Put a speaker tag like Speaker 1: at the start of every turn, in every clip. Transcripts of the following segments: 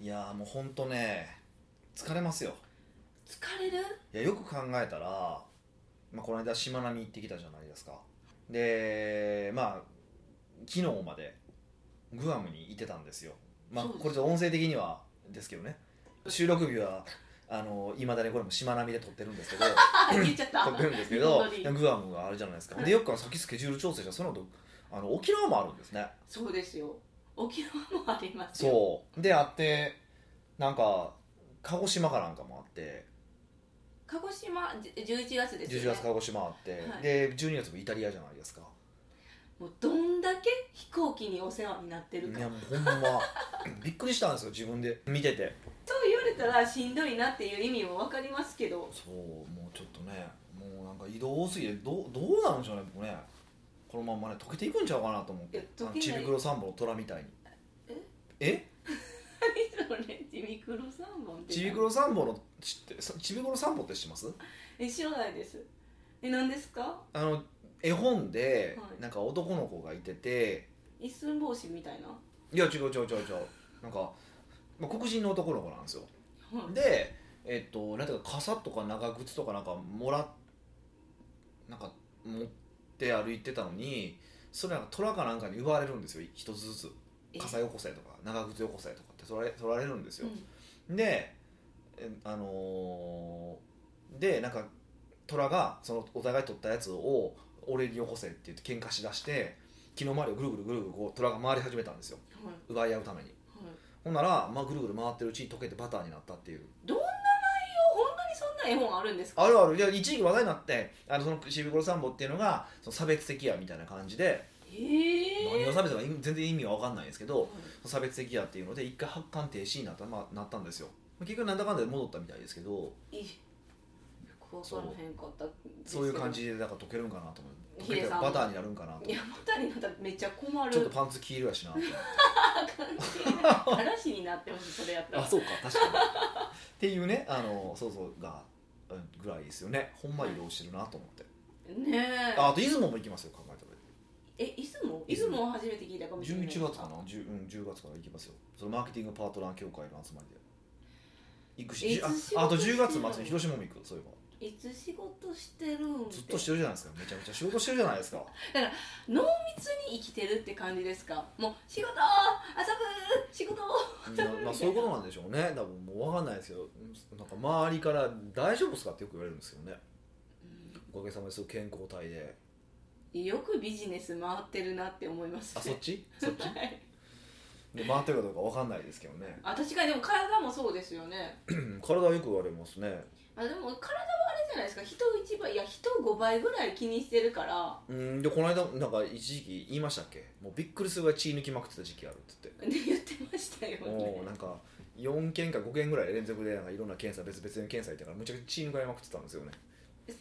Speaker 1: いやーもうほんとね疲れますよ
Speaker 2: 疲れる
Speaker 1: いやよく考えたら、まあ、この間しまなみ行ってきたじゃないですかでまあ昨日までグアムにいてたんですよまあ
Speaker 2: そうです
Speaker 1: これちょっと音声的にはですけどね収録日はいまだにこれもしまなみで撮ってるんです けど
Speaker 2: あ言っちゃった
Speaker 1: 撮ってるんですけど
Speaker 2: 本当に
Speaker 1: グアムがあるじゃないですか
Speaker 2: はい
Speaker 1: でよく考え先スケジュール調整したらそのとあの沖縄もあるんですね
Speaker 2: そうですよ沖縄もありますよ
Speaker 1: そうであってなんか鹿児島かなんかもあって
Speaker 2: 鹿児島じ11月ですよ
Speaker 1: 11
Speaker 2: ね
Speaker 1: 月鹿児島あって、
Speaker 2: はい
Speaker 1: で12月もイタリアじゃないですか
Speaker 2: もうどんだけ飛行機にお世話になってる
Speaker 1: い
Speaker 2: か
Speaker 1: やもうほんま びっくりしたんですよ自分で見てて
Speaker 2: そう言われたらしんどいなっていう意味も分かりますけど
Speaker 1: そうもうちょっとねもうなんか移動多すぎてどうどうなんでしょうね僕ねこのまんまね溶けていくんちゃうかなと思っ
Speaker 2: いや
Speaker 1: てあ
Speaker 2: 溶けない
Speaker 1: のちびくろ三本の虎みたいにえ
Speaker 2: 何それちびくろ三本って
Speaker 1: ちびくろ三本の知ってさちびくろ三本って知ってます
Speaker 2: え知らないですえ何ですか
Speaker 1: あの絵本で
Speaker 2: はい
Speaker 1: なんか男の子がいてて、
Speaker 2: 一寸法師みたいな、
Speaker 1: い、や違う違う違う違うなんか、まあ、黒人の男の子なんですよ
Speaker 2: はい
Speaker 1: でえっとなんていうか傘とか長靴とかなんかもらっなんか持って歩いてたのにそれなんか虎かなんかに奪われるんですよ一つずつ
Speaker 2: え
Speaker 1: 傘よこせとか長靴よこせとかって取られ取られるんです
Speaker 2: う
Speaker 1: よ、
Speaker 2: ん
Speaker 1: でえあのーでなんか虎がそのお互い取ったやつを俺によこせって言って喧嘩しだして木の周りをぐるぐるぐるぐるこう虎が回り始めたんですよ
Speaker 2: はい
Speaker 1: 奪い合うために
Speaker 2: はい
Speaker 1: ほんなら、まあ、ぐるぐる回ってるうちに溶けてバターになったっていう
Speaker 2: どんな内容本当にそんな絵本あるんですか
Speaker 1: あるあるいや一時期話題になってあのそのシビコロサンボっていうのがその差別的やみたいな感じで、
Speaker 2: え
Speaker 1: 何
Speaker 2: え
Speaker 1: が差別か全然意味は分かんないんですけど差別的やっていうので一回発刊停止になった,、まあ、なったんですよ結局なんだかんだで戻ったみたいですけど
Speaker 2: いいよくわからへんかったですけど
Speaker 1: そういう感じでなんか溶けるんかなと思う溶け
Speaker 2: ヒ
Speaker 1: て
Speaker 2: デさんも
Speaker 1: バターになるんかなと思っ
Speaker 2: いや
Speaker 1: て
Speaker 2: またになったらめっちゃ困る
Speaker 1: ちょっとパンツ黄色やしなと思って
Speaker 2: 嵐になってほしいそれやった ら
Speaker 1: あそうか確かにっていうねあのそうそうがうんぐらいですよねほんま移動してるなと思って
Speaker 2: ねえ
Speaker 1: ああと出雲も行きますよ考えたら
Speaker 2: え出雲
Speaker 1: 出
Speaker 2: 出
Speaker 1: 雲
Speaker 2: 雲を初めて聞いたかもしれない
Speaker 1: 11月かな 10,、うん、10月から行きますよそのマーケティングパートナー協会の集まりで行くし
Speaker 2: え
Speaker 1: じゅあ
Speaker 2: いつ仕事
Speaker 1: あと10月
Speaker 2: してんの
Speaker 1: 末に広島も行くそういえば
Speaker 2: いつ仕事してるん
Speaker 1: ずっとしてるじゃないですかめちゃめちゃ仕事してるじゃないですか
Speaker 2: 密に生きてるって感じですかもう仕事遊ぶ仕事
Speaker 1: みんなま あそういうことなんでしょうね多分もう分かんないですけどなんか周りから「大丈夫ですか?」ってよく言われるんですけどねおかげさまですごい健康体で
Speaker 2: よくビジネス回ってるなって思います
Speaker 1: あそっちそっち
Speaker 2: はい
Speaker 1: で回ってるかどうか分かんないですけどね
Speaker 2: あ確かにでも体もそうですよね
Speaker 1: うん体はよく言われますね
Speaker 2: あでも体はあれじゃないですか人一倍いや人5倍ぐらい気にしてるから
Speaker 1: うんでこの間なんか一時期言いましたっけもうびっくりするぐらい血抜きまくってた時期あるって言って
Speaker 2: ね言ってましたよ
Speaker 1: もう
Speaker 2: ね
Speaker 1: なんか4件か5件ぐらい連続でなんかいろんな検査別々の検査行ったからむちゃくちゃ血抜かれまくってたんですよね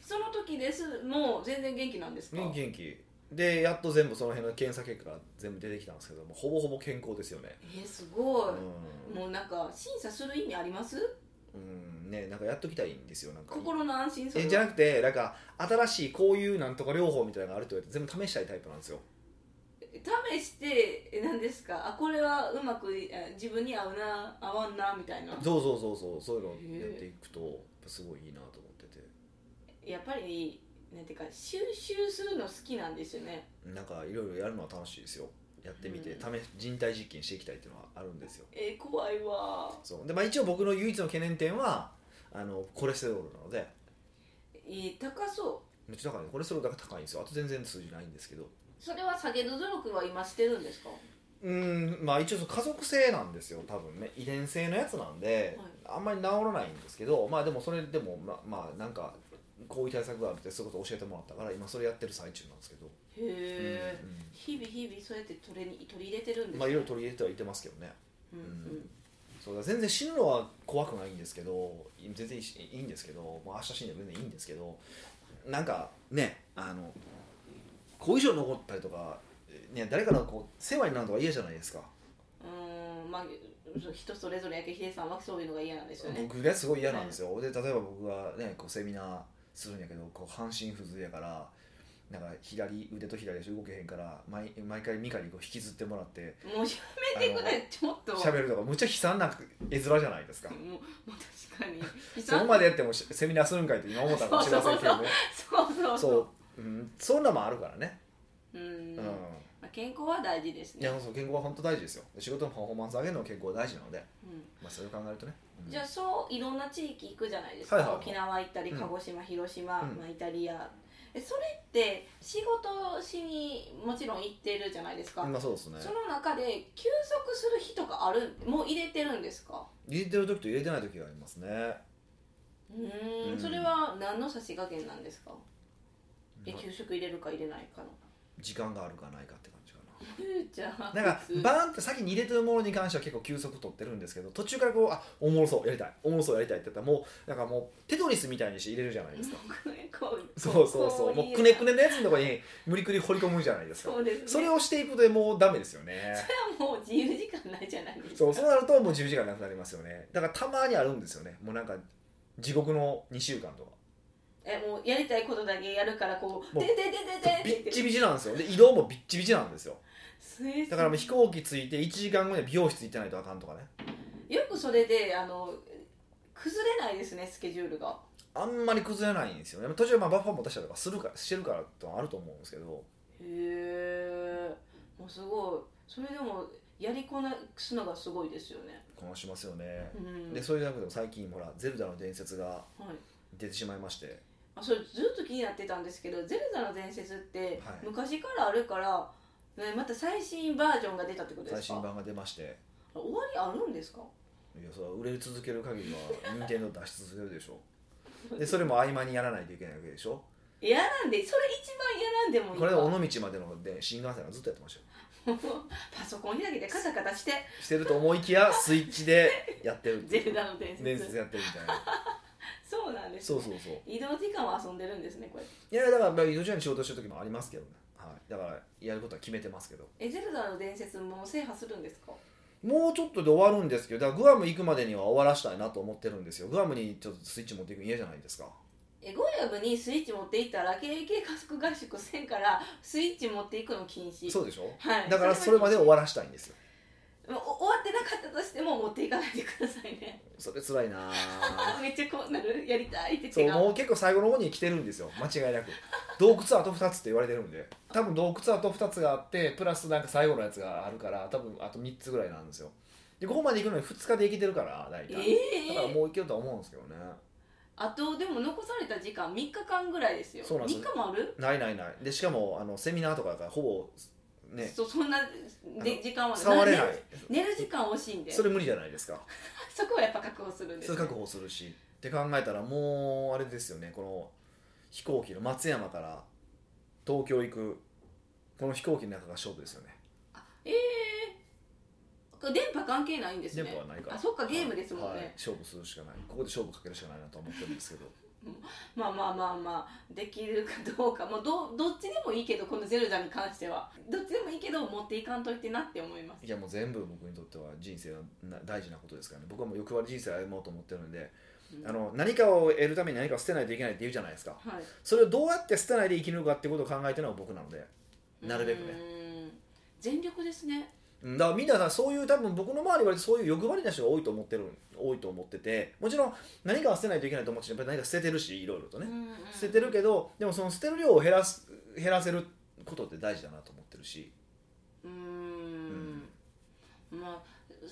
Speaker 2: その時ですもう全然元気なんですか
Speaker 1: 元気元気でやっと全部その辺の検査結果が全部出てきたんですけどもうほぼほぼ健康ですよね
Speaker 2: えーすごい、
Speaker 1: う
Speaker 2: もうなんか審査する意味あります
Speaker 1: ん、うん、ねなんかやっときたいんですよなんか
Speaker 2: 心の安心そ
Speaker 1: え
Speaker 2: れ
Speaker 1: じゃなくてなんか新しいこういうなんとか療法みたいなのがあるって言われて全部試したいタイプなんですよ
Speaker 2: 試してえ何ですかあこれはうまくえ自分に合うな合わんなみたいな
Speaker 1: そうそうそうそうそういうの
Speaker 2: へえ
Speaker 1: やっていくとやっぱすごいいいなと思ってて
Speaker 2: やっぱりなんていうか収集するの好きなんですよね
Speaker 1: なんかいろいろやるのは楽しいですよやってみて、
Speaker 2: う
Speaker 1: 試し人体実験していきたいっていうのはあるんですよ
Speaker 2: えー怖いわ
Speaker 1: そうでまあ、一応僕の唯一の懸念点はあのコレステロールなので
Speaker 2: えー高そう
Speaker 1: めっちゃ高いねコレステロールだけ高いんですよあと全然数字ないんですけど
Speaker 2: それは下げる努力は今してるんですか
Speaker 1: うーんまあ一応その家族性なんですよ多分ね遺伝性のやつなんで、あんまり治らないんですけどまあでもそれでもままあなんかこういう対策があるってそういうことを教えてもらったから今それやってる最中なんですけど、
Speaker 2: へえ、
Speaker 1: うんうん
Speaker 2: 日々日々そうやって取れに取り入れてるんですね
Speaker 1: まあいろいろ取り入れてはいてますけどね
Speaker 2: うんう
Speaker 1: うん
Speaker 2: ん、
Speaker 1: そうだ全然死ぬのは怖くないんですけど全然いいしいいんですけど、まあ、明日死んでも全然いいんですけどなんかねあの後遺症残ったりとか、ね、誰かのこう世話になるのが嫌じゃないですか、
Speaker 2: うーんまあそう人それぞれやけヒデさんはそういうのが嫌なんですよね
Speaker 1: 僕がすごい嫌なんですよ、で例えば僕がねこうセミナーするんやけどこう半身不随やからなんか左腕と左足動けへんから毎毎回ミカにこう引きずってもらって
Speaker 2: もうやめてくれちょっと
Speaker 1: 喋るとかむっちゃ悲惨な絵面じゃないですか
Speaker 2: もうも う確かに悲
Speaker 1: そこ
Speaker 2: 惨
Speaker 1: までやってもセミナーするんかいって今思ったかもしれませんけどね
Speaker 2: そうそう
Speaker 1: そううんそんなもんあるからね
Speaker 2: う
Speaker 1: うん
Speaker 2: ん、まあ、健康は大事です
Speaker 1: い
Speaker 2: ね
Speaker 1: やそう健康は本当大事ですよ仕事のパフォーマンス上げるのも健康は大事なので
Speaker 2: うん
Speaker 1: まあそれを考えるとねうん
Speaker 2: じゃあそういろんな地域行くじゃないですか、
Speaker 1: はいはいはい
Speaker 2: 沖縄行ったり
Speaker 1: うん
Speaker 2: 鹿児島、広島、
Speaker 1: うん
Speaker 2: まあ、イタリアえそれって仕事しにもちろん行ってるじゃないですか、
Speaker 1: まあそうですね
Speaker 2: その中で休息する日とかあるもう入れてるんですか
Speaker 1: 入れてる時と入れてない時がありますね
Speaker 2: うーん
Speaker 1: うん
Speaker 2: それは何の差し加減なんですか、え
Speaker 1: まあ
Speaker 2: 給食入れるか入れないかの
Speaker 1: 時間があるかないかって感じかな
Speaker 2: じゃあ
Speaker 1: なんか
Speaker 2: 普通
Speaker 1: バーンって先に入れてるものに関しては結構休息取ってるんですけど途中からこうあおもろそうやりたいおもろそうやりたいって言ったらもうなんかもうテトリスみたいにして入れるじゃないですか
Speaker 2: こ
Speaker 1: そうそうそうもうくねくねのやつのとこに無理くり掘り込むじゃないですか
Speaker 2: そうですね
Speaker 1: それをしていくともうダメですよね
Speaker 2: それはもう自由時間ないじゃないですか
Speaker 1: そうそうなるともう自由時間なくなりますよねだからたまにあるんですよねもうなんか地獄の2週間とか
Speaker 2: えもうやりたいことだけやるからこう「
Speaker 1: も
Speaker 2: で
Speaker 1: う
Speaker 2: でででで」
Speaker 1: ビ
Speaker 2: って
Speaker 1: ッチビチなんですよで移動もビッチビチなんですよ
Speaker 2: 言って
Speaker 1: だからもう飛行機着いて1時間後には美容室行ってないとあかんとかね
Speaker 2: よくそれであの崩れないですねスケジュールが
Speaker 1: あんまり崩れないんですよね途中まあバッファーも出したりとかするからしてるからってのはあると思うんですけど
Speaker 2: へえもうすごいそれでもやりこなすのがすごいですよね
Speaker 1: こなしますよね
Speaker 2: う、ん
Speaker 1: でそういう中でも最近ほら「ゼルダの伝説」が
Speaker 2: はい
Speaker 1: 出てしまいまして
Speaker 2: あそれずっと気になってたんですけど「ゼルダの伝説」って
Speaker 1: はい
Speaker 2: 昔からあるから、ね、また最新バージョンが出たってことです
Speaker 1: 最新
Speaker 2: か
Speaker 1: 版が出まして
Speaker 2: 終わりあるんですか
Speaker 1: いやそれは売れ続ける限りは任天堂出し続けるでしょでそれも合間にやらないといけないわけでしょ
Speaker 2: やらんでそれ一番やらんでもいい
Speaker 1: これ
Speaker 2: わ
Speaker 1: 尾道までので新幹線がずっとやってましたよ
Speaker 2: パソコン開けてカタカタして
Speaker 1: してると思いき やスイッチでやってる
Speaker 2: ゼルダの伝説
Speaker 1: 伝説やってるみたいな
Speaker 2: そうなんです、
Speaker 1: そ
Speaker 2: ね、
Speaker 1: うそうそう
Speaker 2: 移動時間は遊んでるんですねこれ
Speaker 1: いやだからまあ移動中に仕事してる時もありますけどね、はい、だからやることは決めてますけど
Speaker 2: えゼルダの伝説も制覇するんですか
Speaker 1: もうちょっとで終わるんですけどだからグアム行くまでには終わらしたいなと思ってるんですよグアムにちょっとスイッチ持っていくの嫌じゃないですか
Speaker 2: えゴヤブにスイッチ持っていったら KK 家族合宿せんからスイッチ持っていくの禁止
Speaker 1: そうでしょ
Speaker 2: はい
Speaker 1: だからそれまで終わらしたいんですよ
Speaker 2: もうお終わってなかったとしても持っていかないでくださいね
Speaker 1: それ辛いなぁ
Speaker 2: めっちゃこうなるやりたいって
Speaker 1: そ
Speaker 2: 手
Speaker 1: う
Speaker 2: が
Speaker 1: もう結構最後の方に来てるんですよ間違いなく洞窟あと2つって言われてるんで多分洞窟あと2つがあってプラスなんか最後のやつがあるから多分あと3つぐらいなんですよでここまで行くのに2日で行けてるから大
Speaker 2: え
Speaker 1: 体、だから
Speaker 2: え
Speaker 1: もう行けるとは思うんですけどね
Speaker 2: あとでも残された時間3日間ぐらいですよ
Speaker 1: そうなんです
Speaker 2: 3日もある
Speaker 1: ないないないでしかもあのセミナーとかだからほぼね
Speaker 2: そそんな
Speaker 1: あ
Speaker 2: で
Speaker 1: の
Speaker 2: 時間は
Speaker 1: 触れない
Speaker 2: 寝る寝る時間惜しいんで
Speaker 1: そ
Speaker 2: そ
Speaker 1: れ無理じゃないですか
Speaker 2: こはやっぱ確保するんで
Speaker 1: そ
Speaker 2: す
Speaker 1: れ
Speaker 2: ね、
Speaker 1: 確保するしって考えたらもうあれですよねこの飛行機の松山から東京行くこの飛行機の中が勝負ですよね
Speaker 2: ええこれ電波関係ないんですね
Speaker 1: 電波はないから
Speaker 2: あそっかゲームですもんね、
Speaker 1: はい勝負するしかないここで勝負かけるしかないなと思ってるんですけど
Speaker 2: まあまあまあまあできるかどうかもうどどっちでもいいけどこのゼルダに関してはどっちでもいいけど持っていかんといてなって思います
Speaker 1: いやもう全部僕にとっては人生のな大事なことですからね僕はもう欲張り人生を歩もうと思ってるんで、
Speaker 2: うん
Speaker 1: あの何かを得るために何かを捨てないといけないって言うじゃないですか
Speaker 2: はい
Speaker 1: それをどうやって捨てないで生き抜くかってことを考えてるのは僕なのでなるべくね
Speaker 2: うーん全力ですね
Speaker 1: うんだからみんなさそういう多分僕の周りはそういう欲張りな人が多いと思ってる多いと思っててもちろん何かは捨てないといけないと思ってやっぱり何か捨ててるしいろいろと
Speaker 2: う
Speaker 1: ね、
Speaker 2: んうん
Speaker 1: 捨ててるけどでもその捨てる量を減らす減らせることって大事だなと思ってるし
Speaker 2: うーんま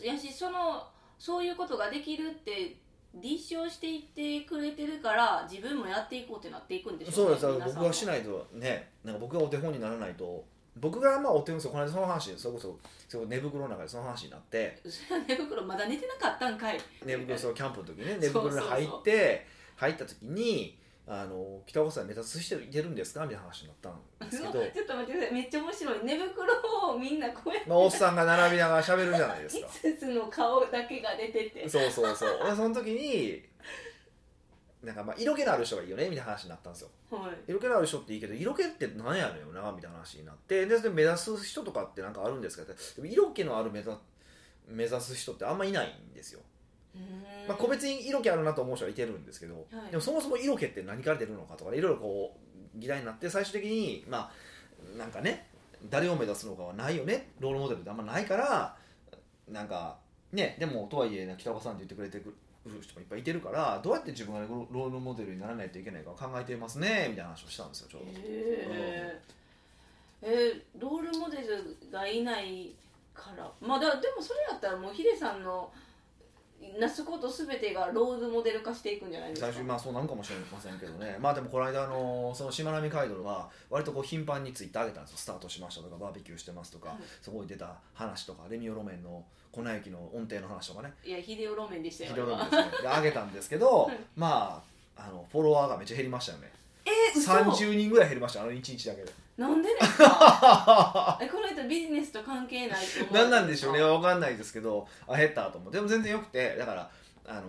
Speaker 2: あやしそのそういうことができるって立証していってくれてるから自分もやっていこうってなっていくんでしょ
Speaker 1: そうですだから僕が
Speaker 2: は
Speaker 1: し
Speaker 2: い
Speaker 1: ないとねなんか僕がお手本にならないと僕がまあお手本そうこの間その話それこそその寝袋の中でその話になって
Speaker 2: 寝袋まだ寝てなかったんかい
Speaker 1: 寝袋そのキャンプの時 にね
Speaker 2: う
Speaker 1: 寝袋に
Speaker 2: そうそう
Speaker 1: 入って入った時にあの北岡さん目指してるんですかみたいな話になったんですけ ど
Speaker 2: ちょっと待ってくださいめっちゃ面白い寝袋をみんなこうやって
Speaker 1: まあ、おっさんが並びながら喋るじゃない ですか
Speaker 2: 5つの顔だけが出てて
Speaker 1: そうそうそうでその時になんかまあ色気のある人がいいよねみたいな話になったんですよ
Speaker 2: はい
Speaker 1: 色気のある人っていいけど色気って何やねんよなみたいな話になってでで目指す人とかってなんかあるんですかってでも色気のある目ざ目指す人ってあんまいないんですよ、まあ、個別に色気あるなと思う人はいてるんですけど、
Speaker 2: はい
Speaker 1: でもそもそも色気って何から出るのかとかねいろいろこう議題になって最終的にまあなんかね誰を目指すのかはないよねロールモデルってあんまないからなんかねでもとはいえ北岡さんって言ってくれてくる人もいっぱいいてるからどうやって自分がロロールモデルにならないといけないかを考えていますねみたいな話をしたんですよちょうど。
Speaker 2: えーえーロールモデルがいないからまあだでもそれやったらもうヒデさんのなすことすべてがロールモデル化していくんじゃないですか
Speaker 1: 最初まあそうなのかもしれませんけどねまあでもこの間あのそのしまなみ海道は割とこう頻繁にツイッター上げたんですよスタートしましたとかバーベキューしてますとか、
Speaker 2: はい
Speaker 1: そこに出た話とかレミオロメンの粉雪の音程の話とかね
Speaker 2: いやヒデオロメンでしたよ
Speaker 1: ひどい
Speaker 2: あれは
Speaker 1: ですねで上げたんですけど、
Speaker 2: はい
Speaker 1: まああのフォロワーがめっちゃ減りましたよね
Speaker 2: えー、嘘
Speaker 1: 30人ぐらい減りましたあの1日だけで
Speaker 2: なんでですか えこの人ビジネスと関係ないと思う
Speaker 1: 何なんでしょうね
Speaker 2: あ
Speaker 1: 分かんないですけどあ減ったと思ってでも全然よくてだからあの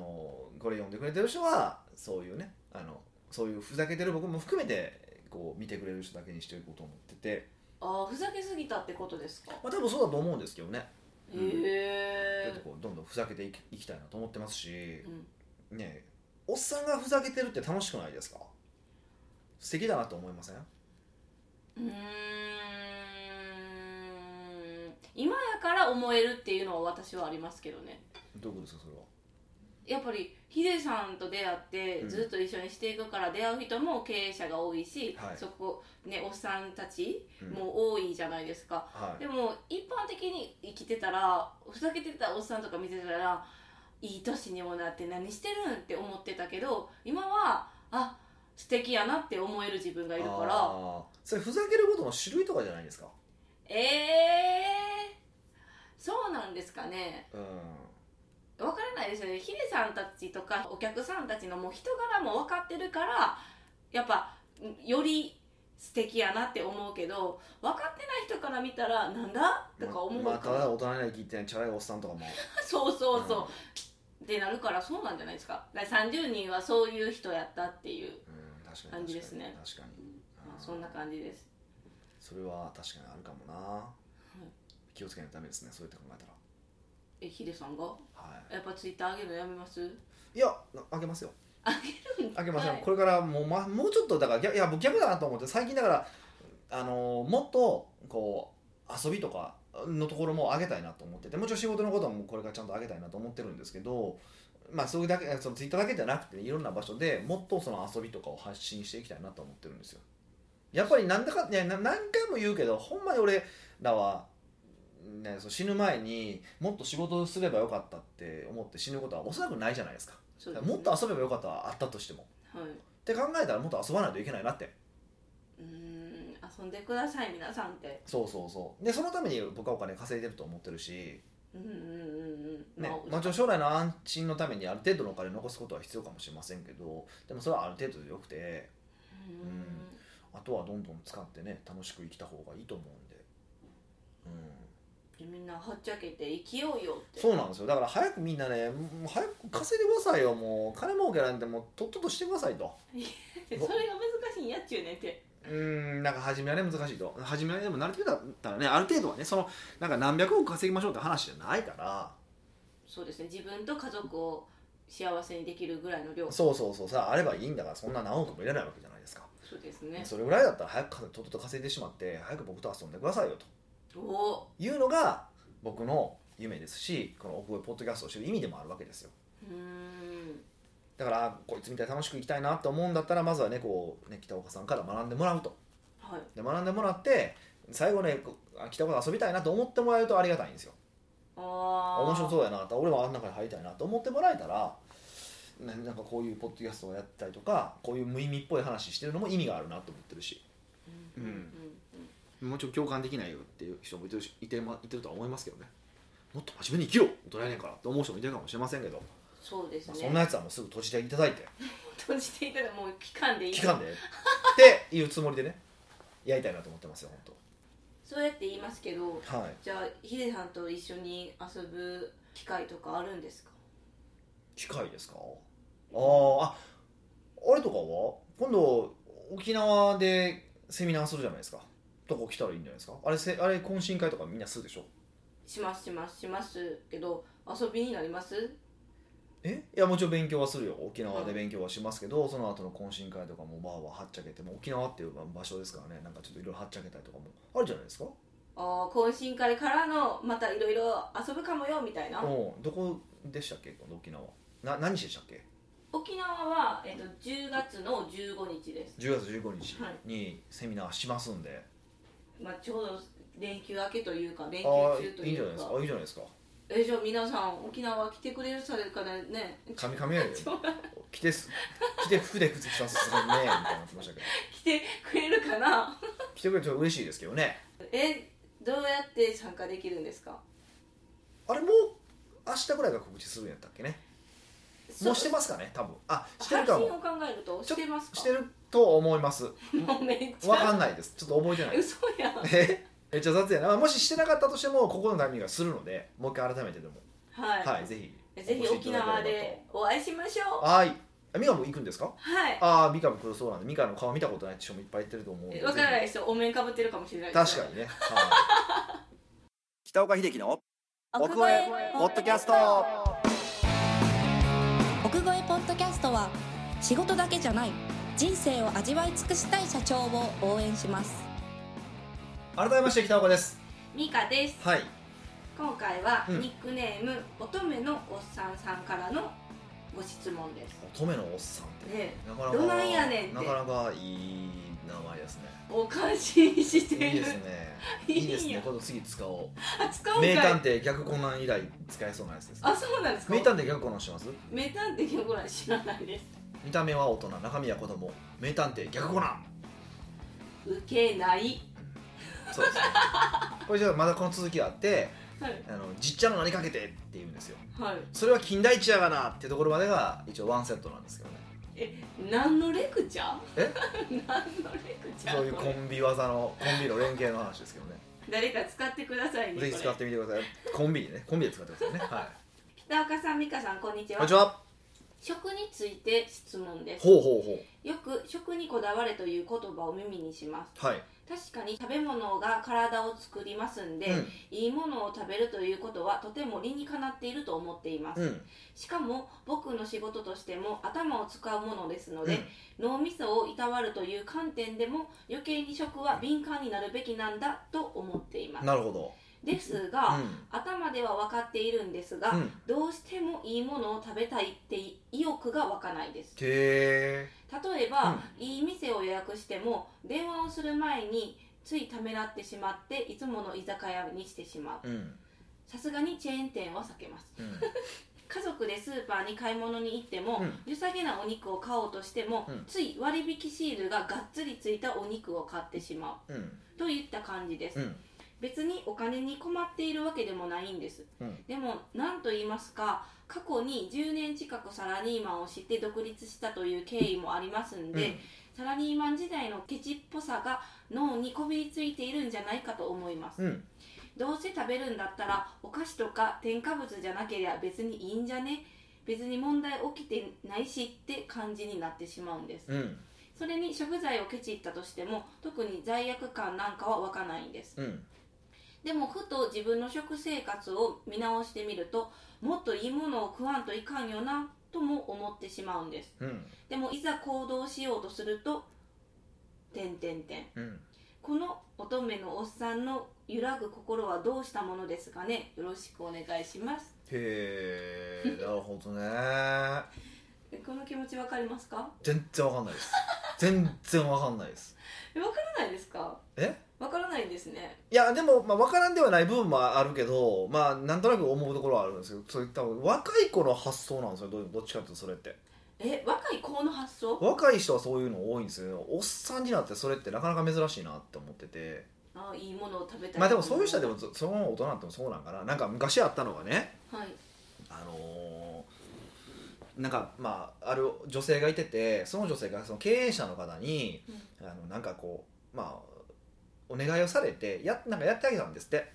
Speaker 1: これ読んでくれてる人はそういうねあのそういうふざけてる僕も含めてこう見てくれる人だけにしていこうと思ってて、
Speaker 2: あふざけすぎたってことですか
Speaker 1: まあ、多分そうだと思うんですけどね、
Speaker 2: へ
Speaker 1: うんちょ
Speaker 2: え
Speaker 1: っとこうどんどんふざけていきいきたいなと思ってますし
Speaker 2: ー、うん
Speaker 1: ねえおっさんがふざけてるって楽しくないですか素敵だなと思いません
Speaker 2: うーん今やから思えるっていうのは私はありますけどね
Speaker 1: どういうことですかそれは
Speaker 2: やっぱりヒデさんと出会って
Speaker 1: うん
Speaker 2: ずっと一緒にしていくから出会う人も経営者が多いし、
Speaker 1: はい
Speaker 2: そこねおっさんたち
Speaker 1: うん
Speaker 2: も多いじゃないですか、
Speaker 1: はい
Speaker 2: でも一般的に生きてたらふざけてたおっさんとか見てたらいい年にもなって何してるんって思ってたけど今はあ素敵やなって思える自分がいるから
Speaker 1: あーそれふざけることの種類とかじゃないんですか
Speaker 2: えー、そうなんですかね
Speaker 1: うん
Speaker 2: わからないですよねヒデさんたちとかお客さんたちのもう人柄も分かってるからやっぱんより素敵やなって思うけど分かってない人から見たらなんだとか思う
Speaker 1: ま
Speaker 2: か
Speaker 1: まあ、た
Speaker 2: ら、
Speaker 1: だ大人になりきってないチャラいおっさんとかも
Speaker 2: そうそうそう、ってなるからそうなんじゃないですかだから30人はそういう人やったってい
Speaker 1: う
Speaker 2: う、
Speaker 1: ん、うん、確かに
Speaker 2: 感じですね
Speaker 1: 確かに確かに
Speaker 2: ま
Speaker 1: う
Speaker 2: あ、そんな感じです
Speaker 1: それは確かにあるかもな、
Speaker 2: い
Speaker 1: 気をつけないとダメですねそうやって考え
Speaker 2: えヒデさんが
Speaker 1: たらは
Speaker 2: やっぱツイッター上げるのやめます
Speaker 1: いいやなあげますよ
Speaker 2: あげるん
Speaker 1: あげません、
Speaker 2: はい
Speaker 1: これからもう,、ま、もうちょっとだから逆いや僕逆だなと思って最近だからあのーもっとこう遊びとかのところも上げたいなと思っててもちろん仕事のこともこれからちゃんと上げたいなと思ってるんですけどまあそれだけそのツイッターだけじゃなくていろんな場所でもっとその遊びとかを発信していきたいなと思ってるんですよやっぱりなんだかねな何回も言うけどほんまに俺らは、ね、そう死ぬ前にもっと仕事すればよかったって思って死ぬことはおそらくないじゃないですか
Speaker 2: そうですね
Speaker 1: もっと遊べばよかったはあったとしても
Speaker 2: はい
Speaker 1: って考えたらもっと遊ばないといけないなって
Speaker 2: うーん遊んでください皆さんって
Speaker 1: そうそうそうでそのために僕はお金稼いでると思ってるし、
Speaker 2: うんうんうんうん
Speaker 1: ね
Speaker 2: まあ
Speaker 1: まあ、ちょっと将来の安心のためにある程度のお金残すことは必要かもしれませんけどでもそれはある程度でよくて
Speaker 2: うーん
Speaker 1: あとはどんどん使ってね楽しく生きた方がいいと思うんで、うん、
Speaker 2: でみんなはっちゃけて生きようよって
Speaker 1: そうなんですよだから早くみんなねもう早く稼いでくださいよもう金儲けなんてもうとっととしてくださいと。
Speaker 2: で それが難しいんやっちゅうねんって
Speaker 1: うーんなんか初めはね難しいと初めはねでも慣れてたらねある程度はねそのなんか何百億稼ぎましょうって話じゃないから
Speaker 2: そうですね自分と家族を幸せにできるぐらいの量そ
Speaker 1: そうそうそうさあればいいんだからそんな何億もいらないわけじゃないですか、
Speaker 2: うですね
Speaker 1: それぐらいだったら早く稼いとっとと稼いでしまって早く僕と遊んでくださいよと
Speaker 2: おお
Speaker 1: いうのが僕の夢ですしこの奥越ポッドキャストをしてる意味でもあるわけですよ
Speaker 2: うーん
Speaker 1: だからあこいつみたいに楽しくいきたいなと思うんだったらまずはねこうね北岡さんから学んでもらうと
Speaker 2: はい
Speaker 1: で学んでもらって最後ねこうあ北岡さん遊びたいなと思ってもらえるとありがたいんですよ
Speaker 2: あ
Speaker 1: あ
Speaker 2: あ
Speaker 1: 面白
Speaker 2: う
Speaker 1: そうやなと俺もあん中に入りたいなと思ってもらえたらななんかこういうポッドキャストをやったりとかこういう無意味っぽい話してるのも意味があるなと思ってるし
Speaker 2: うんうん
Speaker 1: もちろん共感できないよっていう人もいてるしいてまいてるとは思いますけどねもっと真面目に生きろ大人やねんからって思う人もいてるかもしれませんけど、
Speaker 2: そうです
Speaker 1: ま
Speaker 2: ね
Speaker 1: あ、そんなやつはもうすぐ閉じていただいて
Speaker 2: 閉じていたらもう期間でいい
Speaker 1: 期間 でっていうつもりでねやりたいなと思ってますよ本
Speaker 2: そうやって言いますけど
Speaker 1: 当はい
Speaker 2: じゃあヒデさんと一緒に遊ぶ機会とかあるんですか
Speaker 1: 機械ですかあーああれとかは今度沖縄でセミナーするじゃないですかとこ来たらいいんじゃないですかあれせあれ懇親会とかみんなするでしょ
Speaker 2: しますしますしますけど遊びになります
Speaker 1: えいやもちろん勉強はするよ沖縄で勉強はしますけど、その後の懇親会とかもわーわーはっちゃけてもう沖縄っていう場所ですからねなんかちょっといろいろはっちゃけたりとかもあるじゃないですか
Speaker 2: あー懇親会からのまたいろいろ遊ぶかもよみたいな
Speaker 1: うんどこでしたっけ今度沖縄な何日でしたっけ
Speaker 2: 沖縄は、えっと10月の15日です、
Speaker 1: 10月15日
Speaker 2: はい
Speaker 1: にセミナーしますんで、
Speaker 2: まあ、ちょうど連休明けというか連
Speaker 1: あ
Speaker 2: 休中
Speaker 1: あ
Speaker 2: と
Speaker 1: いいん
Speaker 2: い
Speaker 1: じゃないうです
Speaker 2: か
Speaker 1: かあいいじゃないですか
Speaker 2: えじゃあ皆さん沖縄来てくれるされるかね
Speaker 1: 髪髪やで着てす着て服で靴着さすがにねみたいになってました けど
Speaker 2: 来てくれるかな
Speaker 1: 着てくれて嬉しいですけどね
Speaker 2: えどうやって参加できるんですか
Speaker 1: あれもう明日ぐらいが告知するんやったっけねもうしてますかね多分あしてる
Speaker 2: 配信
Speaker 1: か
Speaker 2: を
Speaker 1: も
Speaker 2: 考えるとしてますか
Speaker 1: してると思います
Speaker 2: もうめっ ち
Speaker 1: わ
Speaker 2: ゃ
Speaker 1: かんないですちょっと覚えてないです
Speaker 2: 嘘やん
Speaker 1: え めっちゃ雑やなまあもししてなかったとしてもここのタイミングがするのでもう一回改めてでも
Speaker 2: はい、
Speaker 1: はいぜひ
Speaker 2: ぜひ
Speaker 1: お越し
Speaker 2: 沖
Speaker 1: いただ
Speaker 2: 縄
Speaker 1: ければ
Speaker 2: でお会いしまし
Speaker 1: と
Speaker 2: ょう
Speaker 1: はいあミカも行くんですか
Speaker 2: はい
Speaker 1: ああミカも来るそうなんでミカの顔見たことないって人もいっぱいいってると思うんで
Speaker 2: えわからない
Speaker 1: ぜ
Speaker 2: ですよお面かぶってるかもしれない
Speaker 1: ひ
Speaker 2: です
Speaker 1: 確かにね、はい北岡秀樹の
Speaker 3: 奥越えポッドキャスト
Speaker 4: 奥越えポッドキャストは仕事だけじゃない人生を味わい尽くしたい社長を応援します
Speaker 1: 改めまして北岡です
Speaker 2: ミカです
Speaker 1: はい
Speaker 2: 今回は
Speaker 1: うん
Speaker 2: ニックネーム、乙女のおっさんさんからのご質問です
Speaker 1: 乙女のおっさんって、
Speaker 2: ね
Speaker 1: なかなか
Speaker 2: どないやねんって
Speaker 1: なかなかいい名前ですね
Speaker 2: お感心してる
Speaker 1: いいですね
Speaker 2: いい
Speaker 1: いいです
Speaker 2: ん
Speaker 1: ね
Speaker 2: や
Speaker 1: 今度次使おう
Speaker 2: あ使うんかい
Speaker 1: 名探偵逆コナン以来使えそうなやつですね
Speaker 2: あそうなんですか
Speaker 1: 名探偵逆コナンしてます
Speaker 2: 名探偵のぐらい知らないです
Speaker 1: 見た目は大人中身は子供名探偵逆コナン
Speaker 2: 受けない
Speaker 1: そう ですねこれじゃあまだこの続きがあって
Speaker 2: はい
Speaker 1: あのじっちゃんの名にかけてって言うんですよ
Speaker 2: はい
Speaker 1: それは金田一やがなってところまでが一応ワンセットなんですけどね
Speaker 2: 何のレクチャー
Speaker 1: え
Speaker 2: 何のレクチャー
Speaker 1: そういう
Speaker 2: こ
Speaker 1: コ
Speaker 2: れ
Speaker 1: ンビ技のコンビの連携の話ですけ どね
Speaker 2: 誰か使ってくださいね
Speaker 1: ぜひ使ってみてくださいコンビにねコンビで使ってくだ さいねはい
Speaker 2: 北岡さん美香さんこんにちは
Speaker 1: こんにちは
Speaker 2: 食について質問です
Speaker 1: ほうほうほ
Speaker 2: よく食にこだわれという言葉を耳にします
Speaker 1: うはい、
Speaker 2: 確かに食べ物が体を作りますんで、
Speaker 1: う
Speaker 2: いいものを食べるということはとても理にかなっていると思っています、
Speaker 1: んうん
Speaker 2: しかも僕の仕事としても頭を使うものですの
Speaker 1: う
Speaker 2: で、
Speaker 1: ん
Speaker 2: 脳みそをいたわるという観点でも余計に食は敏感になるべきなんだと思っています
Speaker 1: なるほど
Speaker 2: です
Speaker 1: う
Speaker 2: が、
Speaker 1: ん
Speaker 2: 頭では分かっているんですが、
Speaker 1: うん
Speaker 2: どうしてもいいものを食べたいって意欲が湧かないです
Speaker 1: へえ
Speaker 2: 例えば、いい店を予約しても電話をする前についためらってしまっていつもの居酒屋にしてしまう
Speaker 1: うん
Speaker 2: さすがにチェーン店は避けます
Speaker 1: うん
Speaker 2: 家族でスーパーに買い物に行っても、
Speaker 1: うん
Speaker 2: 良さげなお肉を買おうとしても、
Speaker 1: うん
Speaker 2: つい割引シールががっつりついたお肉を買ってしま
Speaker 1: うん
Speaker 2: うといった感じです、
Speaker 1: うん
Speaker 2: 別にお金に困っているわけでもないんです、
Speaker 1: うん
Speaker 2: でも何と言いますか過去に10年近くサラリーマンをして独立したという経緯もありますんで、サラリーマン時代のケチっぽさが脳にこびりついているんじゃないかと思います
Speaker 1: うんうん
Speaker 2: どうせ食べるんだったらお菓子とか添加物じゃなければ別にいいんじゃね別に問題起きてないしって感じになってしまうんです
Speaker 1: うん
Speaker 2: それに食材をケチったとしても特に罪悪感なんかは湧かないんです
Speaker 1: うん
Speaker 2: でもふと自分の食生活を見直してみるともっといいものを食わんといかんよなとも思ってしまうんです
Speaker 1: うん
Speaker 2: でもいざ行動しようとすると点点点
Speaker 1: うん
Speaker 2: この乙女のおっさんの揺らぐ心はどうしたものですかねよろしくお願いします
Speaker 1: へえなるほどね
Speaker 2: えこの気持ちわかりますか
Speaker 1: 全然わかんないです全然わかんないです
Speaker 2: えわからないですか
Speaker 1: え
Speaker 2: わからないんですね
Speaker 1: いやでも、まあ、分からんではない部分もあるけどまあなんとなく思うところはあるんですけどそういった若い子の発想なんですよどどっちかっていうとそれって
Speaker 2: え若い子の発想
Speaker 1: 若い人はそういうの多いんですけどおっさんになってそれってなかなか珍しいなって思ってて
Speaker 2: あいいものを食べたい
Speaker 1: まあでもそういう人はで
Speaker 2: も
Speaker 1: もそそのまま大人になってもそうなんかななんか昔あったのがね
Speaker 2: はい
Speaker 1: あのーなんかまあある女性がいててその女性がその経営者の方に、あのなんかこうまあお願いをされてやなんかやってあげたんですって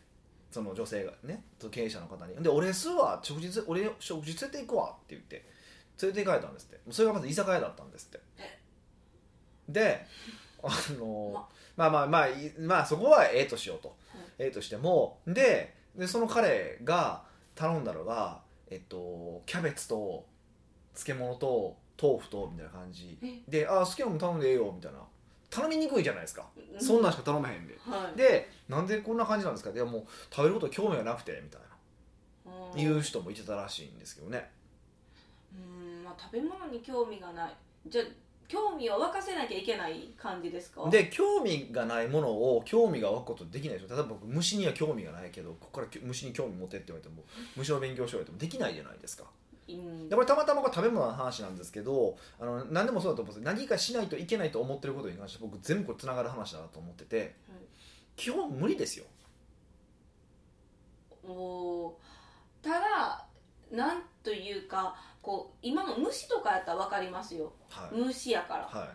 Speaker 1: その女性がねその経営者の方に「で俺するわ食事俺食事連れて行くわ」って言って連れて行かれたんですってそれがまず居酒屋だったんですってであのまあまあまあいまあそこはええとしようと、ええとしてもででその彼が頼んだのがえっとキャベツと漬物と豆腐とみたいな感じ
Speaker 2: え
Speaker 1: で「ああ好きなの頼んでええよ」みたいな頼みにくいじゃないですか、
Speaker 2: うん
Speaker 1: そんなんしか頼めへんで
Speaker 2: はい
Speaker 1: でなんでこんな感じなんですかいやもう食べること興味がなくてみたいな
Speaker 2: うん
Speaker 1: 言う人もいてたらしいんですけどね
Speaker 2: うんまあ食べ物に興味がないじゃあ興味を沸かせなきゃいけない感じですか
Speaker 1: で興味がないものを興味が湧くことできないでしょ例えば僕虫には興味がないけどここからき虫に興味持ってって言われても虫の勉強しようよってもできないじゃないですか
Speaker 2: うん
Speaker 1: でこれたまたまこれ食べ物の話なんですけどあの何でもそうだと思うんです何かしないといけないと思ってることに関して僕全部これつながる話だなと思ってて、基本無理ですよ
Speaker 2: おーただなんというかこう今の虫とかやったら分かりますよ
Speaker 1: はい、
Speaker 2: 虫やから
Speaker 1: はい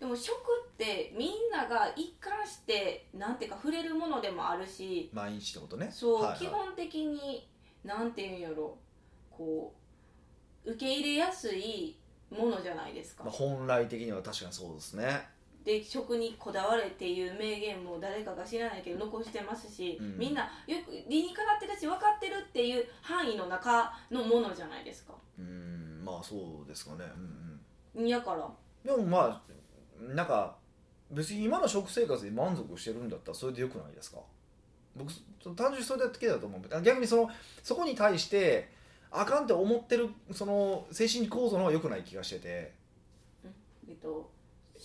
Speaker 2: でも食ってみんなが一貫してなんていうか触れるものでもあるし
Speaker 1: 毎日ってことね
Speaker 2: そう、
Speaker 1: はいはい
Speaker 2: 基本的になんていうんやろこう受け入れやすいものじゃないですか、
Speaker 1: まあ、本来的には確かにそうですね
Speaker 2: で食にこだわれっていう名言も誰かが知らないけど残してますし、
Speaker 1: うん
Speaker 2: みんなよく理にかなってるし分かってるっていう範囲の中のものじゃないですか
Speaker 1: うーんまあそうですかねうん
Speaker 2: やから
Speaker 1: うんでもまあなんか別に今の食生活に満足してるんだったらそれでよくないですか僕単純にそれだけだと思うあ逆にそのそこに対してあかんって思ってるその精神構造の方が良くない気がしてて
Speaker 2: えっと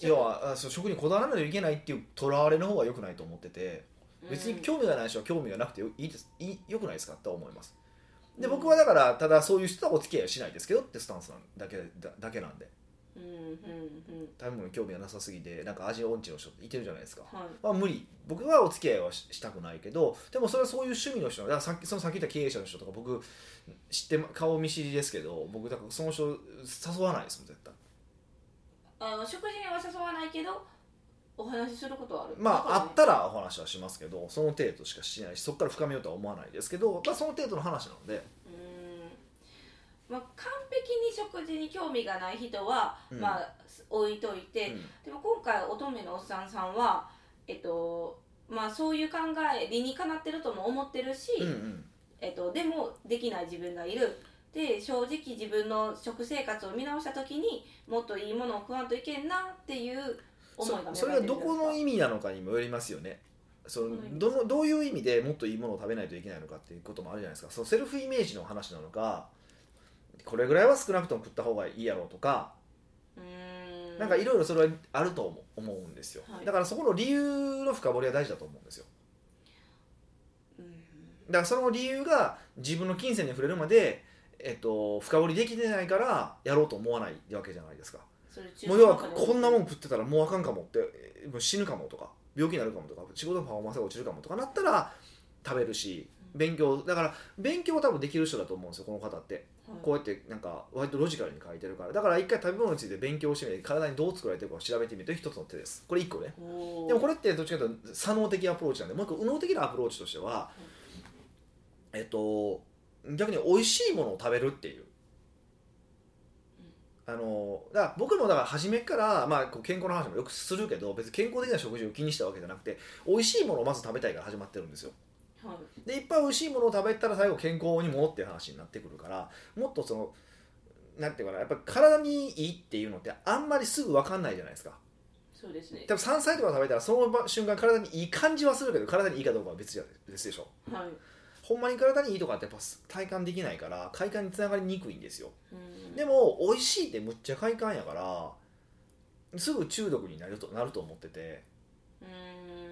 Speaker 1: 要はあそう食にこだわらないといけないっていうとらわれの方が良くないと思ってて
Speaker 2: うん
Speaker 1: 別に興味がない人は興味がなくてよいいですいいよくないですかって思いますで
Speaker 2: うん
Speaker 1: 僕はだからただそういう人とはお付き合いはしないですけどってスタンスなんだけだだけなんで
Speaker 2: うんうんうん
Speaker 1: 食べ物に興味がなさすぎてなんか味音痴の人っていてるじゃないですか、
Speaker 2: はい
Speaker 1: まあ、無理僕はお付き合いはししたくないけどでもそれはそういう趣味の人だからさっきそのさっき言った経営者の人とか僕知ってま顔見知りですけど僕だからその人誘わないですもん絶対
Speaker 2: あの食事には誘わないけどお話しすることはある
Speaker 1: まああ
Speaker 2: だ
Speaker 1: っ
Speaker 2: か
Speaker 1: たらお話はしますけどその程度しかしないしそこから深めようとは思わないですけど、まあ、その程度の話なので
Speaker 2: らねうん、まあ、完璧に食事に興味がない人は、
Speaker 1: うん
Speaker 2: まあ置いといて、
Speaker 1: うん
Speaker 2: でも今回乙女のおっさんさんはえっとまあそういう考え理にかなってるとも思ってるし、
Speaker 1: うんうん
Speaker 2: えっと、でもできない自分がいるで正直自分の食生活を見直した時にもっといいものを食わんといけんなっていう思いが芽生えてるんで
Speaker 1: そ
Speaker 2: す
Speaker 1: そ
Speaker 2: か
Speaker 1: れはどこの意味なのかにもよりますよねそ
Speaker 2: ど
Speaker 1: の
Speaker 2: の意味
Speaker 1: どのどういう意味でもっといいものを食べないといけないのかっていうこともあるじゃないですかそのセルフイメージの話なのかこれぐらいは少なくとも食った方がいいやろうとか、
Speaker 2: うーん
Speaker 1: なんかいろいろそれはあると思う思うんですよ、
Speaker 2: はい
Speaker 1: だからそこの理由の深掘りは大事だと思うんですよ
Speaker 2: うん
Speaker 1: だからその理由が自分の金銭に触れるまで、えっと、深掘りできてないからやろうと思わないわけじゃないですか
Speaker 2: それ中
Speaker 1: もう要はこんなもん食ってたらもうあかんかもってえーもう死ぬかもとか病気になるかもとか仕事のパフォーマンスが落ちるかもとかなったら食べるし
Speaker 2: うん
Speaker 1: 勉強だから勉強は多分できる人だと思うんですよこの方って
Speaker 2: はい
Speaker 1: こうやってなんか割とロジカルに書いてるからだから一回食べ物について勉強してみて体にどう作られてるかを調べてみるという一つの手ですこれ一個ね
Speaker 2: おー
Speaker 1: でもこれってどっちかというと左脳的アプローチなんでもう一個右脳的なアプローチとしては、えっと逆に美味しいものを食べるっていう。あのだから僕もだから初めから、まあ、こう健康の話もよくするけど別に健康的な食事を気にしたわけじゃなくて美味しいものをまず食べたいから始まってるんですよ
Speaker 2: はい
Speaker 1: でいっぱい美味しいものを食べたら最後健康にもっていう話になってくるからもっとそのなんていうかなやっぱ体にいいっていうのってあんまりすぐ分かんないじゃないですか
Speaker 2: そうですね
Speaker 1: 多分山菜とか食べたらその瞬間体にいい感じはするけど体にいいかどうかは別じゃ別でしょ
Speaker 2: はい
Speaker 1: ほんまに体にいいとかってやっぱ体感できないから快感につながりにくいんですよ
Speaker 2: うん
Speaker 1: でも美味しいってむっちゃ快感やからすぐ中毒になるとなると思ってて
Speaker 2: う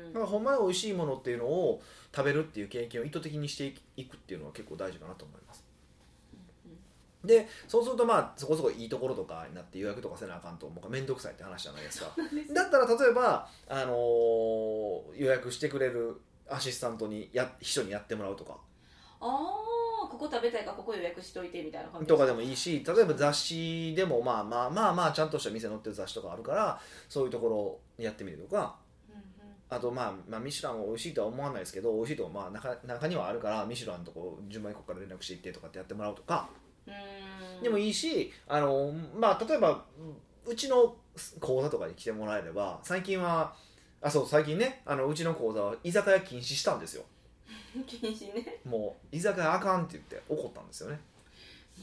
Speaker 1: だ
Speaker 2: ん
Speaker 1: からほんまに美味しいものっていうのを食べるっていう経験を意図的にしていくっていうのは結構大事かなと思いますでそうするとまあそこそこいいところとかになって予約とかせなあかんと思うから面倒くさいって話じゃないですかだったら例えば、あのー予約してくれるアシスタントにや秘書にやってもらうとか
Speaker 2: ああここ食べたいからここ予約しといてみたいな感じ
Speaker 1: とかでもいいし例えば雑誌でもまあまあまあまあちゃんとした店載ってる雑誌とかあるからそういうところをやってみるとか
Speaker 2: うんうん
Speaker 1: あとまあ、まあ、ミシュランは美味しいとは思わないですけど美味しいとこまあ中中にはあるからミシュランのとこ順番にここから連絡していってとかってやってもらうとか
Speaker 2: うん
Speaker 1: でもいいしあのまあ例えばうちの講座とかに来てもらえれば最近はあそう最近ねあのうちの講座は居酒屋禁止したんですよ
Speaker 2: 禁止ね
Speaker 1: もう居酒屋あかんって言って怒ったんですよね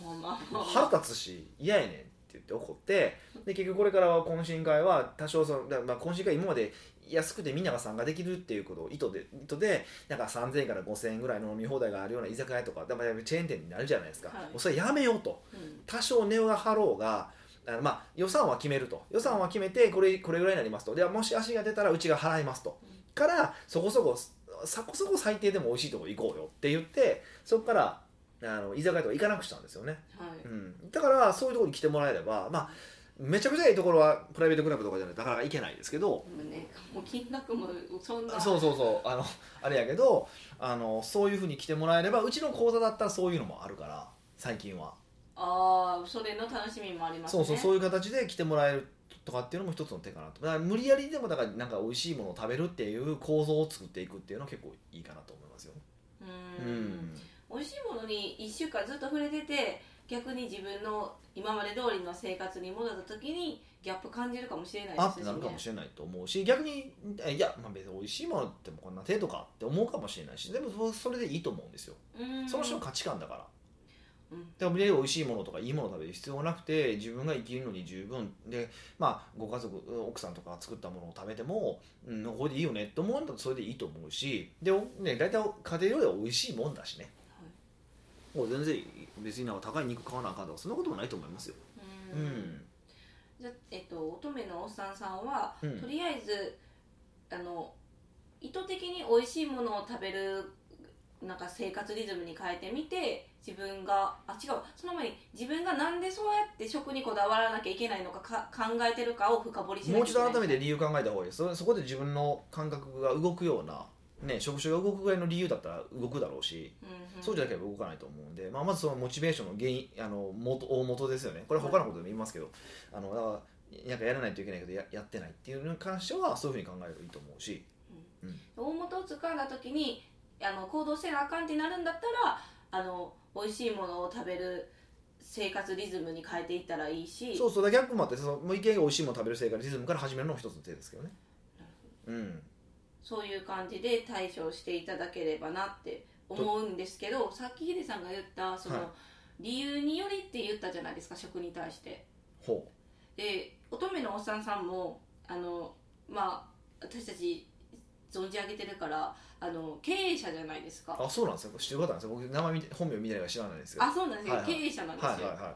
Speaker 2: うまあまあまあ
Speaker 1: 腹立つし嫌やねんって言って怒ってで結局これからは懇親会は多少そのだからまあ懇親会今まで安くてみんなが参加できるっていうことを意図で意図でなんか3000円から5000円ぐらいの飲み放題があるような居酒屋とかだからチェーン店になるじゃないですか、
Speaker 2: はい
Speaker 1: もうそれやめようと
Speaker 2: うん
Speaker 1: 多少値が張ろうがあのまあ予算は決めると予算は決めてこれこれぐらいになりますとではもし足が出たらうちが払いますと
Speaker 2: うん
Speaker 1: からそこそこそこそこ最低でも美味しいとこ行こうよって言ってそこからあの居酒屋とか行かなくしたんですよね
Speaker 2: はい
Speaker 1: うん、だからそういうところに来てもらえればまあめちゃくちゃいいところはプライベートクラブとかじゃないなかなか行けないですけど
Speaker 2: でもねもう金額もそんな
Speaker 1: そうそうそうあのあれやけどあのそういうふうに来てもらえればうちの講座だったらそういうのもあるから最近は、
Speaker 2: ああそれの楽しみもあります
Speaker 1: そ
Speaker 2: ね
Speaker 1: うそうそういう形で来てもらえるとかっていうのも一つの手かなとだから無理やりでもだからなんか美味しいものを食べるっていう構造を作っていくっていうのは結構いいかなと思いますよ、
Speaker 2: う
Speaker 1: うん
Speaker 2: ん美味しいものに1週間ずっと触れてて逆に自分の今まで通りの生活に戻った時にギャップ感じるかもしれないです
Speaker 1: あ
Speaker 2: ね
Speaker 1: ってなるかもしれないと思うし逆にえいや、まあ、別に美味しいものってこんな程度かって思うかもしれないしでもそそれでいいと思うんですよ
Speaker 2: うん
Speaker 1: その人の価値観だから。
Speaker 2: うん
Speaker 1: で無理やり美味しいものとかいいものを食べる必要はなくて自分が生きるのに十分でまあご家族奥さんとかが作ったものを食べても、うん、これでいいよねって思うんだったらそれでいいと思うしで、おね、大体家庭料理は美味しいもんだしね、もう全然別になんか高い肉買わなあかんとかそんなこともないと思いますよ
Speaker 2: う
Speaker 1: うんん、
Speaker 2: じゃあえっと乙女のおっさんさんは、
Speaker 1: うん
Speaker 2: とりあえずあの意図的に美味しいものを食べるなんか生活リズムに変えてみて自分があ違うその前に自分がなんでそうやって食にこだわらなきゃいけないのかか考えてるかを深掘りしな
Speaker 1: もう
Speaker 2: きゃい
Speaker 1: 一
Speaker 2: け
Speaker 1: 度
Speaker 2: ない
Speaker 1: 改めて理由考えた方がいいですそそこで自分の感覚が動くようなね職種が動くぐらいの理由だったら動くだろうし
Speaker 2: うんうん
Speaker 1: そうじゃなければ動かないと思うんで、まあ、まずそのモチベーションの原因あの元大元ですよねこれは他のことでも言いますけど、あのだからなんかやらないといけないけどややってないっていうのに関してはそういうふうに考えるといいと思うし
Speaker 2: 大元を掴んだ時にあの行動せなあかんってなるんだったらあの美味しいものを食べる生活リズムに変えていったらいいし
Speaker 1: そうそうだから逆もあってそのもう意見が美味しいもの食べる生活リズムから始めるのも一つの手ですけどねうん
Speaker 2: そういう感じで対処していただければなって思うんですけどさっきヒデさんが言ったその、
Speaker 1: はい
Speaker 2: 理由によりって言ったじゃないですか食に対して。
Speaker 1: ほ
Speaker 2: で乙女のおっさんさんもあのまあ私たち存じ上げてるからあの経営者じゃないです
Speaker 1: う
Speaker 2: か。
Speaker 1: あそうなんですよ知る方なんですよ僕名前見て本名見てないから知らないんですけど
Speaker 2: あ
Speaker 1: は
Speaker 2: そうなんですよ、
Speaker 1: はいはい
Speaker 2: 経営者なん
Speaker 1: い
Speaker 2: ですよ。
Speaker 1: はいは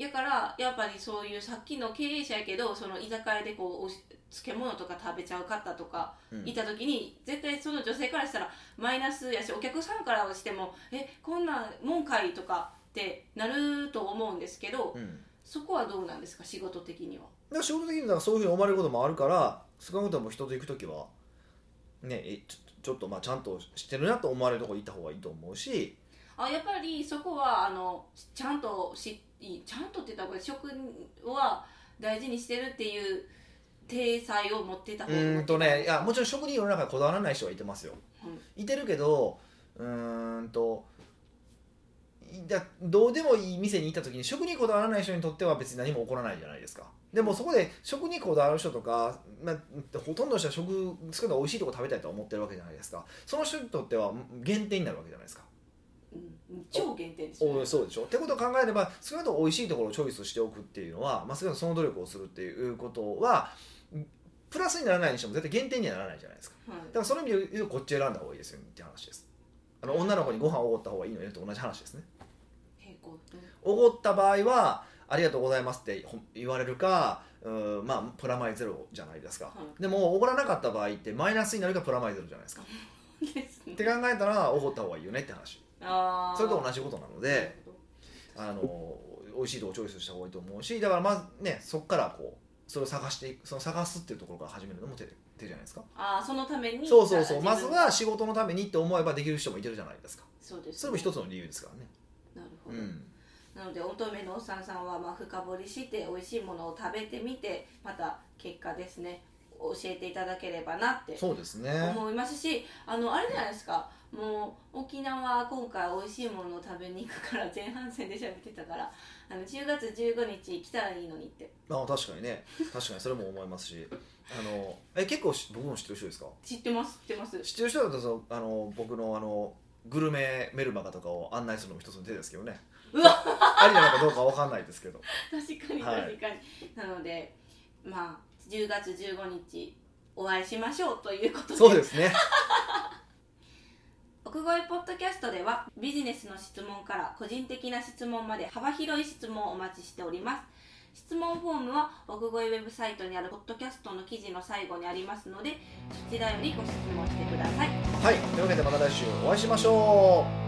Speaker 2: だからやっぱりそういうさっきの経営者やけどその居酒屋でこうおし漬物とか食べちゃう方とか
Speaker 1: い、うん
Speaker 2: いた時に、絶対その女性からしたらマイナスやしお客さんからしても「えこんなんもんかい」とかってなると思うんですけど、
Speaker 1: うん
Speaker 2: そこはどうなんですか仕事的には。
Speaker 1: だから仕事的にだからそういうふうに思われることもあるから少なくとも人と行く時はねえちょちょっとまあちゃんとしてるなと思われるとこ行った方がいいと思うし
Speaker 2: あやっぱりそこはあのちゃんとしちゃんとって言ったらこれ職は大事にしてるっていう体裁を持ってた
Speaker 1: う
Speaker 2: 方が
Speaker 1: ーんとねいやもちろん職人世の中にこだわらない人はいてますよ、いてるけどうーんといだどうでもいい店に行った時に食にこだわらない人にとっては別に何も起こらないじゃないですかでもそこで食にこだわる人とか、まあ、ほとんどの人は食作るの美味しいとこ食べたいと思ってるわけじゃないですかその人にとっては減点になるわけじゃないですか
Speaker 2: うん超限定ですよ
Speaker 1: おそうでしょってことを考えれば少なくとも美味しいところをチョイスしておくっていうのは、まあ、少なくともその努力をするっていうことはプラスにならないにしても絶対減点にはならないじゃないですか
Speaker 2: はい
Speaker 1: だからその意味で言うとこっち選んだ方がいいですよって話ですあの女の子にご飯をおごった方がいいのよと同じ話ですね
Speaker 2: 平行
Speaker 1: おごった場合はありがとうございますってほん言われるかうーんまあプラマイゼロじゃないですか、
Speaker 2: は
Speaker 1: でもおごらなかった場合ってマイナスになるかプラマイゼロじゃないですかっ
Speaker 2: ですね
Speaker 1: て考えたらおごった方がいいよねって話
Speaker 2: あー
Speaker 1: それと同じことなので、
Speaker 2: なるほ
Speaker 1: あの美味しいとこチョイスした方がいいと思うしだからまずねそこからこうそれを探していくその探すっていうところから始めるのも手手じゃないですか
Speaker 2: どあーそのために
Speaker 1: そうそうそう
Speaker 2: じゃあ
Speaker 1: ま
Speaker 2: 自
Speaker 1: ず
Speaker 2: 分
Speaker 1: は仕事のためにって思えばできる人もいてるじゃないですか
Speaker 2: そうです、
Speaker 1: それも一つの理由ですからね
Speaker 2: なるほ
Speaker 1: う
Speaker 2: ど、
Speaker 1: ん
Speaker 2: なので乙女のおっさんさんはまあ深掘りして美味しいものを食べてみてまた結果ですね教えていただければなって
Speaker 1: そうですね
Speaker 2: 思いますしあのあれじゃないですかもう沖縄今回美味しいものを食べに行くから前半戦で喋ってたからあの10月15日来たらいいのにって
Speaker 1: まあ確かにね確かにそれも思いますしあのえ結構し僕も知ってる人ですか
Speaker 2: 知ってます知ってます
Speaker 1: 知ってる人だとそのあの僕のあのグルメメルマガとかを案内するのも一つの手ですけどね
Speaker 2: うわ
Speaker 1: ありなのかどうかわかんないですけど
Speaker 2: 確かに確かに、
Speaker 1: はい
Speaker 2: なのでまあ10月15日お会いしましょうということで
Speaker 1: そうですね
Speaker 2: 奥越ポッドキャストではビジネスの質問から個人的な質問まで幅広い質問をお待ちしております質問フォームは奥越ウェブサイトにあるポッドキャストの記事の最後にありますのでそちらよりご質問してください
Speaker 1: はいというわけでまた来週お会いしましょう